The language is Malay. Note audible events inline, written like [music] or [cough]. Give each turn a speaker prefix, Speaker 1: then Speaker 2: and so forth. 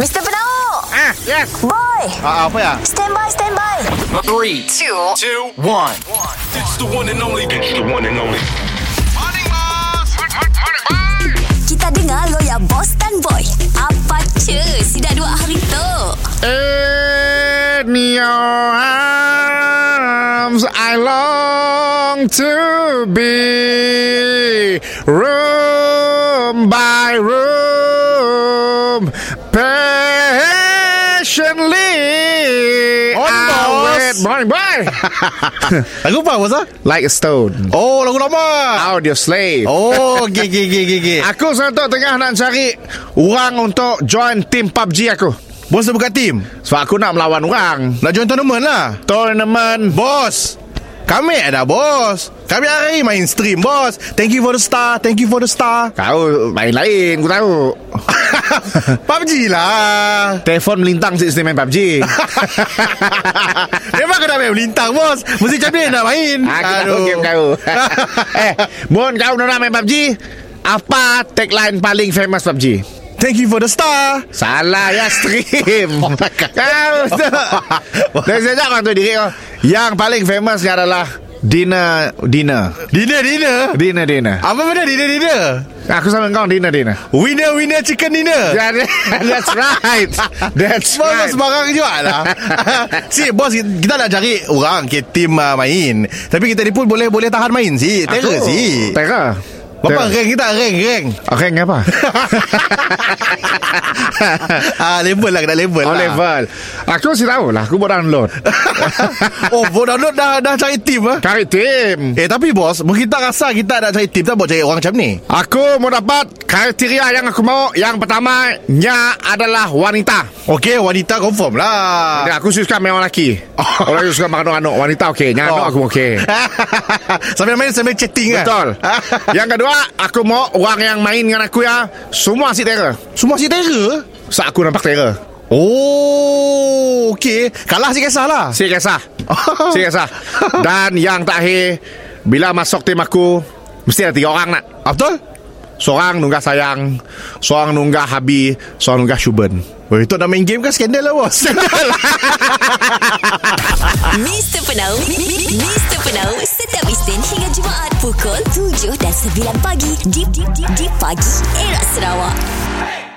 Speaker 1: Mr. Penau
Speaker 2: Ah, yes.
Speaker 1: Boy
Speaker 2: Ah, ah, apa ya?
Speaker 1: Stand by, stand by
Speaker 3: Three, two, two, one.
Speaker 4: It's the one and only. It's the one and only.
Speaker 1: Kita dengar lo ya Boss dan Boy Apa cu Si dah dua hari tu
Speaker 2: In your arms, I long to be room by room, patiently.
Speaker 5: On,
Speaker 2: I
Speaker 5: boss.
Speaker 2: wait. Morning, boy.
Speaker 5: Lagu apa Masa?
Speaker 2: [laughs] like a stone,
Speaker 5: Oh lagu lama
Speaker 2: out your slave.
Speaker 5: Oh okay, okay, okay, okay, okay.
Speaker 2: Aku sekarang tu tengah nak cari orang untuk join tim PUBG aku.
Speaker 5: Bos dah buka tim
Speaker 2: Sebab aku nak melawan orang.
Speaker 5: Nak join tournament lah
Speaker 2: Tournament
Speaker 5: Bos Kami ada bos Kami hari main stream bos Thank you for the star Thank you for the [laughs] star
Speaker 2: Kau main lain Aku tahu
Speaker 5: PUBG lah
Speaker 2: Telefon Ah, melintang Sik sini main [laughs] PUBG
Speaker 5: Memang kau nak main melintang bos Mesti champion nak main
Speaker 2: Aku tahu game
Speaker 5: [laughs]
Speaker 2: kau [laughs] Eh Mun kau nak main PUBG Apa tagline paling famous PUBG
Speaker 5: Thank you for the star
Speaker 2: Salah ya stream [laughs] Kau [laughs] tu Dan sejak kau tu diri kau Yang paling famous adalah Dinner Dinner
Speaker 5: Dinner dinner
Speaker 2: Dinner dinner Ah,
Speaker 5: Apa benda dinner dinner
Speaker 2: Aku sama kau dinner dinner
Speaker 5: Winner winner chicken dinner
Speaker 2: That- [laughs] That's right [laughs] That's
Speaker 5: Semua right.
Speaker 2: right
Speaker 5: sembarang juga lah
Speaker 2: [laughs]
Speaker 5: Si bos Kita nak cari Orang ke tim uh, main Tapi kita ni pun Boleh boleh tahan main si Terror
Speaker 2: Aku-
Speaker 5: si
Speaker 2: Terror
Speaker 5: Bapak rank kita rank
Speaker 2: [laughs]
Speaker 5: rank
Speaker 2: Rank apa?
Speaker 5: ah, Level lah Kena level
Speaker 2: Oh
Speaker 5: lah
Speaker 2: level Aku sih tahu lah Aku buat download
Speaker 5: [laughs] Oh buat download dah, dah cari tim ah.
Speaker 2: Cari tim
Speaker 5: Eh tapi bos Mungkin kita rasa Kita nak cari tim Tak buat cari orang macam ni
Speaker 2: Aku mau dapat kriteria yang aku mau Yang pertama Nya adalah wanita
Speaker 5: Okay wanita confirm lah
Speaker 2: Dan aku suka memang lelaki Orang yang suka makan anak Wanita okey Nya anak
Speaker 5: Oh.
Speaker 2: aku okey
Speaker 5: [laughs] Sambil main sambil chatting kan
Speaker 2: Betul Yang kedua Aku mau orang yang main dengan aku ya Semua si terror
Speaker 5: [laughs] Semua si terror
Speaker 2: Sebab aku nampak terror
Speaker 5: Oh Okay Kalah si kisah lah
Speaker 2: Si kisah Si kisah Dan yang terakhir Bila masuk tim aku Mesti ada tiga orang nak
Speaker 5: Ah, Betul
Speaker 2: Seorang nunggah sayang Seorang nunggah habi Seorang nunggah syuban
Speaker 5: Weh, tu nak main game kan skandal lah bos
Speaker 1: Mr. Penau Mr. Penau Setiap Isnin hingga Jumaat Pukul 7 dan 9 pagi Di, di, di, di pagi Era Sarawak